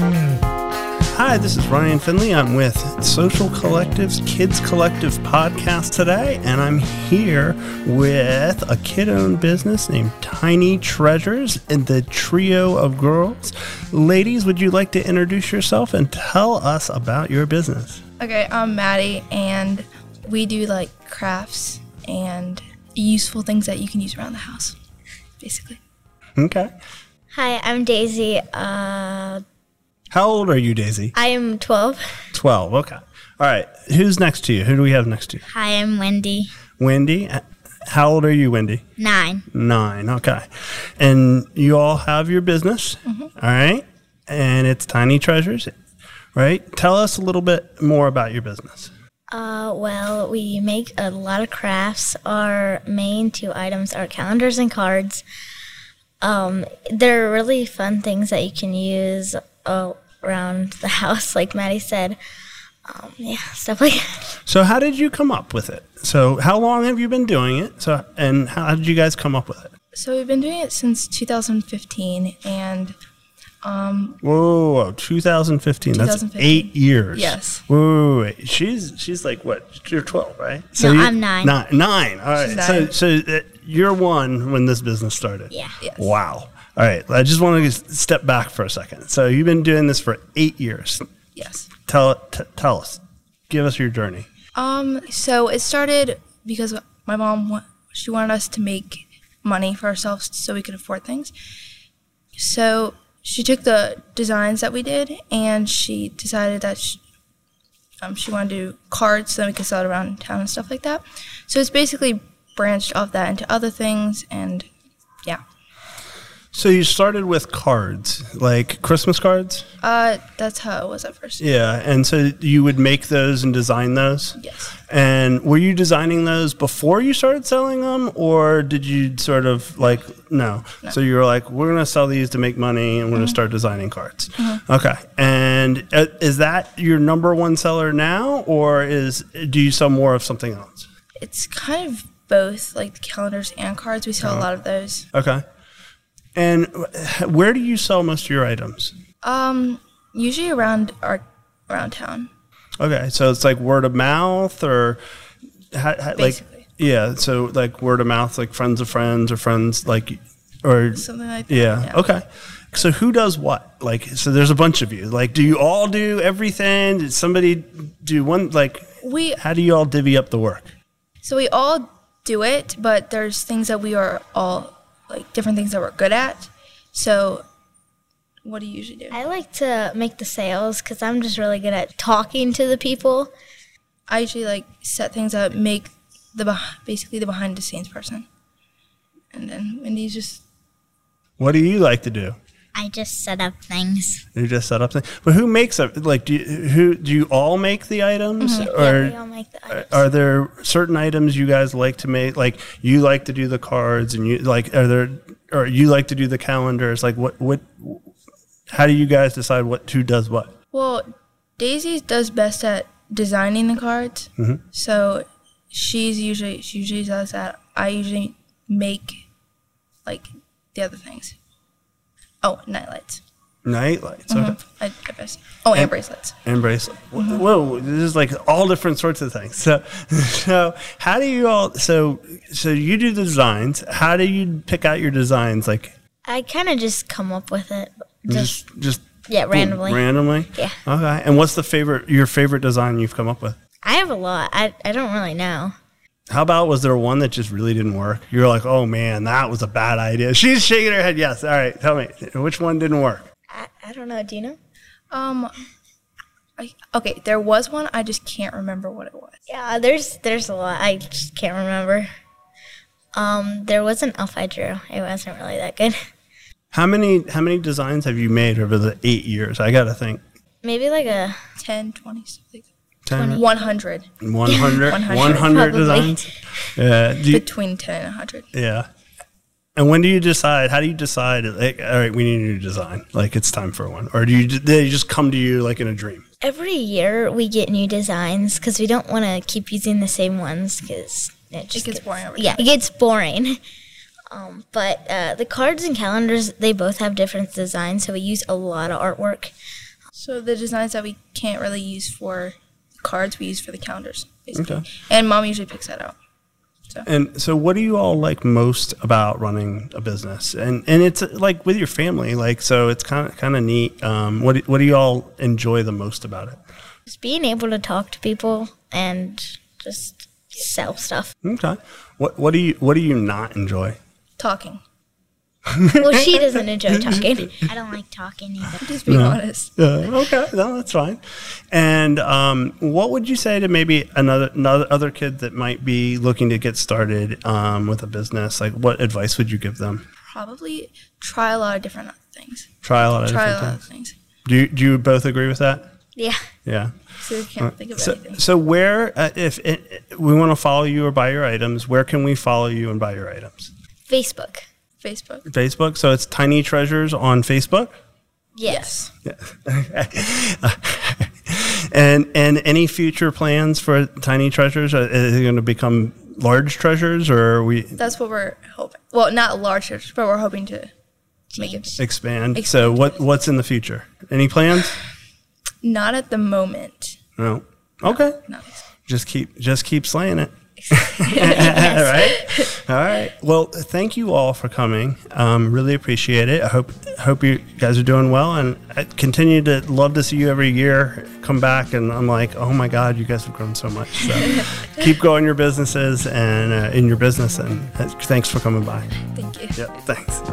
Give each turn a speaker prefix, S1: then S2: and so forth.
S1: Hi, this is Ryan Finley. I'm with Social Collectives Kids Collective podcast today, and I'm here with a kid owned business named Tiny Treasures and the trio of girls. Ladies, would you like to introduce yourself and tell us about your business?
S2: Okay, I'm Maddie, and we do like crafts and useful things that you can use around the house, basically.
S1: Okay.
S3: Hi, I'm Daisy. Uh,
S1: How old are you, Daisy?
S3: I am 12.
S1: 12. Okay. All right. Who's next to you? Who do we have next to you?
S3: Hi, I'm Wendy.
S1: Wendy. How old are you, Wendy?
S3: Nine.
S1: Nine. Okay. And you all have your business. all right. And it's Tiny Treasures, right? Tell us a little bit more about your business.
S3: Uh, well, we make a lot of crafts. Our main two items are calendars and cards. Um, they're really fun things that you can use uh, around the house, like Maddie said. Um, yeah, stuff like that.
S1: So, how did you come up with it? So, how long have you been doing it? So, and how did you guys come up with it?
S2: So we've been doing it since 2015, and
S1: Whoa, whoa, 2015. That's
S2: 2015.
S1: eight years.
S2: Yes.
S1: Whoa, whoa, whoa, wait. she's she's like what? You're 12, right?
S3: No, I'm nine.
S1: Nine. Nine. All right.
S2: She's nine.
S1: So so uh, you're one when this business started.
S3: Yeah.
S2: Yes.
S1: Wow. All right. I just want to step back for a second. So you've been doing this for eight years.
S2: yes.
S1: Tell t- tell us, give us your journey.
S2: Um, so it started because my mom wa- she wanted us to make money for ourselves so we could afford things. So she took the designs that we did and she decided that she, um, she wanted to do cards so that we could sell it around town and stuff like that. So it's basically branched off that into other things and yeah.
S1: So you started with cards, like Christmas cards.
S2: Uh, that's how it was at first.
S1: Yeah, and so you would make those and design those.
S2: Yes.
S1: And were you designing those before you started selling them, or did you sort of like no? So you were like, we're gonna sell these to make money, and we're gonna start designing cards. Okay. And uh, is that your number one seller now, or is do you sell more of something else?
S2: It's kind of both like calendars and cards. We sell a lot of those.
S1: Okay. And wh- where do you sell most of your items?
S2: Um, usually around our around town.
S1: Okay, so it's like word of mouth, or ha, ha, like
S2: Basically.
S1: yeah, so like word of mouth, like friends of friends or friends like or
S2: Something like that.
S1: yeah. Okay, so who does what? Like, so there's a bunch of you. Like, do you all do everything? Did somebody do one? Like,
S2: We
S1: how do you all divvy up the work?
S2: so we all do it, but there's things that we are all like different things that we're good at. So what do you usually do?
S3: I like to make the sales because I'm just really good at talking to the people.
S2: I usually like set things up, make the beh- basically the behind the scenes person, and then Wendy's just
S1: What do you like to do?
S3: I just set up things.
S1: You just set up things, but who makes it? Like, do you, who do you all make the items, or
S3: Mm-hmm. yeah, we all make the items.
S1: are there certain items you guys like to make like you like to do the cards and you like are there or you like to do the calendars like what what how do you guys decide what who does what
S2: Well, Daisy does best at designing the cards, so she's usually she usually does that. I usually make like the other things. Oh, night lights.
S1: nightlights okay.
S3: Mm-hmm.
S2: Uh-huh. I, I best. Oh, and, bracelets.
S1: and bracelet Wh- whoa this is like all different sorts of things so so how do you all so so you do the designs how do you pick out your designs like
S3: I kind of just come up with it. Just,
S1: just just
S3: yeah,
S1: boom,
S3: randomly.
S1: randomly
S3: Yeah.
S1: okay and what's the favorite your favorite design you've come up with
S3: I have a lot. I, I don't really know.
S1: How about was there one that just really didn't work? You're like, oh man, that was a bad idea. She's shaking her head. Yes. All right. Tell me which one didn't work.
S3: I, I don't know. Do you know?
S2: Um. I, okay, there was one. I just can't remember what it was.
S3: Yeah, there's there's a lot. I just can't remember. Um, there was an elf I drew. It wasn't really that good.
S1: How many how many designs have you made over the eight years? I gotta think.
S3: Maybe like a
S2: 10, 20, something.
S1: 10,
S2: 100.
S1: 100, 100,
S2: 100,
S3: probably.
S1: designs. Yeah. Do you-
S2: Between 10 and 100.
S1: yeah. And when do you decide? How do you decide? Like, all right, we need a new design. Like, it's time for one. Or do you ju- they just come to you like in a dream?
S3: every year we get new designs because we don't want to keep using the same ones because it just
S2: gets boring over
S3: Yeah, it gets boring. Um, but uh, the cards and calendars, they both have different designs, so we use a lot of artwork.
S2: So the designs that we can't really use for the cards, we use for the calendars, basically.
S1: Okay.
S2: And mom usually picks that out.
S1: And so, what do you all like most about running a business? And and it's uh, like with your family, like so, it's kind of kind of neat. Um, what do- what do you all enjoy the most about it?
S3: Just being able to talk to people and just sell stuff.
S1: Okay. What what do you what do you not enjoy?
S2: Talking.
S3: Well, she doesn't enjoy talking. I don't like talking either.
S2: Just be honest.
S1: Uh, okay, no, that's fine. And um, what would you say to maybe another another other kid that might be looking to get started um, with a business? Like, what advice would you give them?
S2: Probably try a lot of different things.
S1: Try a lot of
S2: Try a
S1: different
S2: lot of
S1: things.
S2: things.
S1: Do you, do you both agree with that?
S3: Yeah.
S1: Yeah.
S2: So you can't think of
S1: So,
S2: anything.
S1: so where, uh, if it, we want to follow you or buy your items, where can we follow you and buy your items?
S3: Facebook.
S2: Facebook.
S1: Facebook. So it's Tiny Treasures on Facebook.
S3: Yes.
S1: And and any future plans for Tiny Treasures? Are, is it going to become large treasures, or are we
S2: That's what we're hoping. Well, not large church, but we're hoping to make it.
S1: expand? So what what's in the future? Any plans?
S2: Not at the moment.
S1: No. Okay.
S2: Not
S1: Just keep just keep slaying it. All right. All right. Well, thank you all for coming. Um, really appreciate it. I hope hope you guys are doing well, and I continue to love to see you every year. Come back, and I'm like, oh my god, you guys have grown so much. So keep going your businesses and uh, in your business, and uh, thanks for coming by.
S2: Thank you.
S1: Yep. Thanks.